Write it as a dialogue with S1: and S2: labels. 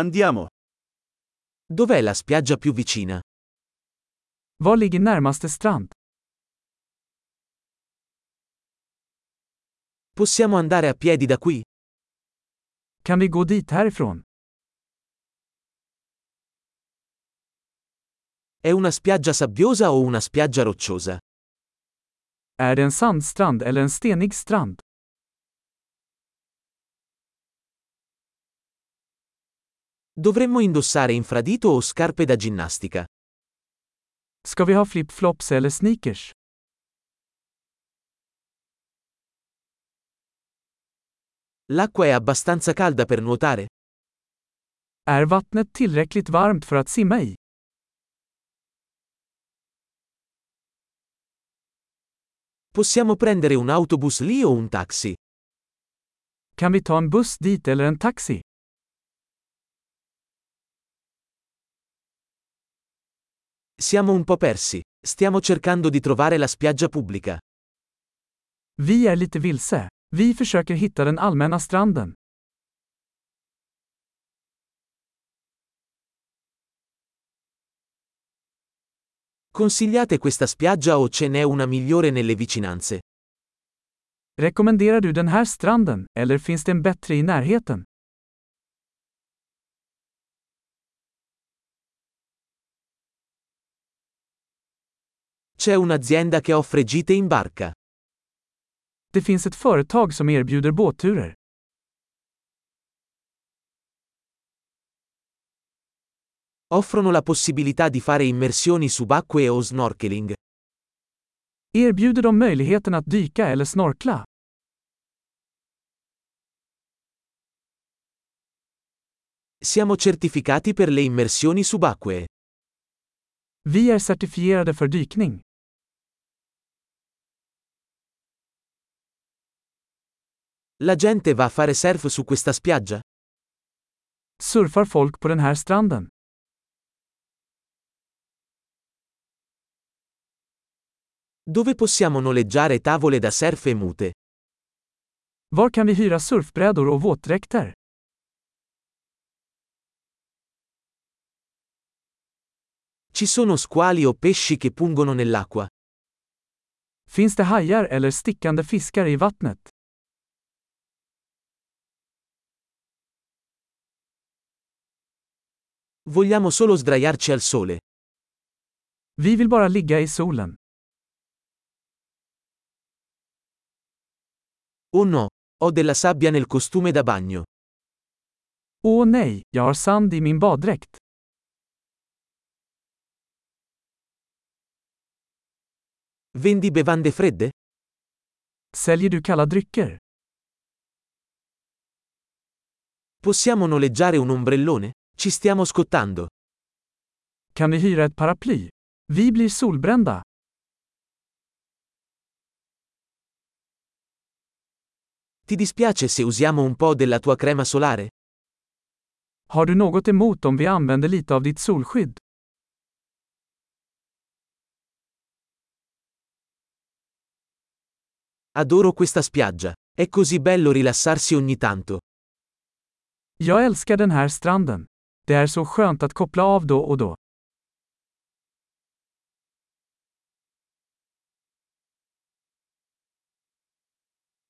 S1: Andiamo. Dov'è la spiaggia più vicina?
S2: Var ligger närmaste strand?
S1: Possiamo andare a piedi da qui?
S2: Kan vi gå dit härifrån?
S1: È una spiaggia sabbiosa o una spiaggia rocciosa?
S2: Är det en sandstrand eller en stenig strand?
S1: Dovremmo indossare infradito o scarpe da ginnastica?
S2: Ska vi ha flip-flops eller sneakers?
S1: L'acqua è abbastanza calda per nuotare?
S2: Är vattnet tillräckligt varmt för att simma i?
S1: Possiamo prendere un autobus lì o un taxi?
S2: Kan vi ta en buss dit eller en taxi?
S1: Siamo un po' persi. Stiamo cercando di trovare la spiaggia pubblica.
S2: Vi är lite vilse. Vi försöker hitta den allmänna stranden.
S1: Consigliate questa spiaggia o ce n'è una migliore nelle vicinanze?
S2: Rekommenderar du den här stranden, eller finns det en bättre i närheten?
S1: C'è un'azienda che offre gite in barca.
S2: Det finns ett företag som erbjuder båtturer.
S1: Offrono la possibilità di fare immersioni subacquee o snorkeling.
S2: Erbjuder de möjligheten att dyka eller snorkla?
S1: Siamo certificati per le immersioni subacquee.
S2: Vi är certifierade för dykning.
S1: La gente va a fare surf su questa spiaggia?
S2: Surfar folk på den här stranden?
S1: Dove possiamo noleggiare tavole da surf e mute?
S2: Var kan vi hyra surfbrädor och våtdräkter?
S1: Ci sono squali o pesci che pungono nell'acqua?
S2: Finns det hajar eller stickande fiskar i vattnet?
S1: Vogliamo solo sdraiarci al sole.
S2: Vi vill bara ligga i solen.
S1: Oh no, ho della sabbia nel costume da bagno.
S2: Åh nej, jag har sand i min baddräkt.
S1: Vendi bevande fredde?
S2: Säljer du kalla drycker?
S1: Possiamo noleggiare un ombrellone? Ci stiamo scottando.
S2: Kan vi hyra ett paraply? Vi blir solbrända.
S1: Ti dispiace se usiamo un po' della tua crema solare?
S2: Har du något emot om vi använder lite av ditt solskydd?
S1: Adoro questa spiaggia. È così bello rilassarsi ogni tanto.
S2: Jag älskar den här stranden. Det är så skönt att koppla av då och då.